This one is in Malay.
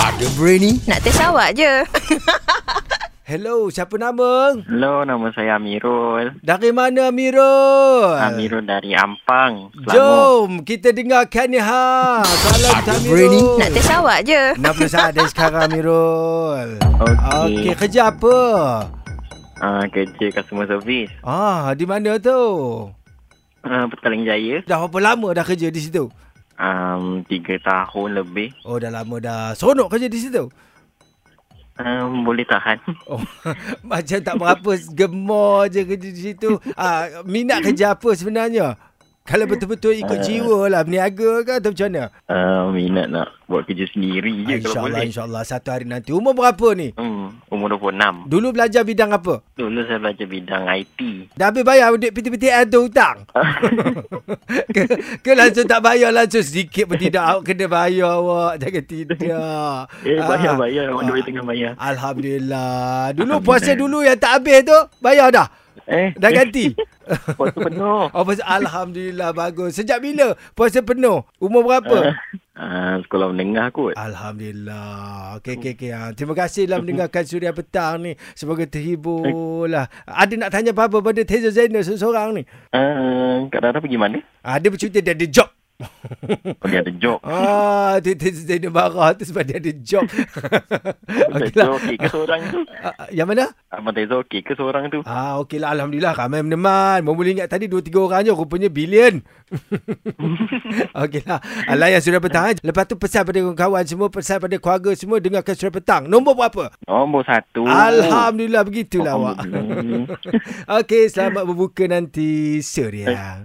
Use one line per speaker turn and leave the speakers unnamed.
Ada berani
Nak test awak je.
Hello, siapa nama?
Hello, nama saya Amirul.
Dari mana Amirul?
Amirul dari Ampang, Selangor.
Jom, kita dengarkan ni ha. Salam
Ada berani?
Amirul.
Nak test awak je.
60 saat dari sekarang Amirul. Okey,
Okey.
kerja apa?
Uh, kerja customer service.
Ah, di mana tu?
Uh, Petaling Jaya.
Dah berapa lama dah kerja di situ?
Um, tiga tahun lebih.
Oh, dah lama dah. Seronok kerja di situ.
Um, boleh tahan.
Oh, macam tak berapa gemar je kerja di situ. Ah, minat kerja apa sebenarnya? Kalau betul-betul
Eh.
ikut jiwa lah berniaga ke atau macam mana?
Uh, minat nak buat kerja sendiri je
InsyaAllah,
kalau boleh.
insyaAllah. Satu hari nanti. Umur berapa ni?
Hmm, umur 26.
Dulu belajar bidang apa?
Dulu saya belajar bidang IT.
Dah habis bayar duit PT-PTN tu hutang? ke, ke langsung tak bayar langsung sedikit pun tidak awak kena bayar awak jangan tidak
Eh,
Ah.
bayar-bayar. Orang
Ah.
duit tengah bayar.
Alhamdulillah dulu
Alhamdulillah.
puasa dulu yang tak habis tu bayar dah
Eh,
dah kan? ganti
Waktu penuh.
oh, puasa, Alhamdulillah bagus sejak bila puasa penuh umur berapa
Uh, Ah, sekolah menengah kot.
Alhamdulillah okay, okay, okay. Ha, terima kasihlah mendengarkan Suria Petang ni semoga terhibur lah ada nak tanya apa-apa pada Tezo Zainal seorang ni
Uh, Kak Dara pergi mana?
ha, dia bercuti dia ada job
Oh, dia ada job.
Ah, dia, dia, dia, dia marah tu sebab dia ada job.
Abang
Okey
Tezo
lah.
okey ke seorang tu?
Ah, ah, yang mana?
Abang Tezo okey ke seorang tu?
Ah, okey lah. Alhamdulillah. Ramai meneman. Mula ingat tadi 2-3 orang je. Rupanya bilion. okey lah. Alah yang sudah petang. eh. Lepas tu pesan pada kawan semua. Pesan pada keluarga semua. Dengarkan sudah petang. Nombor berapa?
Nombor satu. Oh,
Alhamdulillah. Begitulah awak.
Alhamdulillah.
okey. Selamat berbuka nanti. Suria.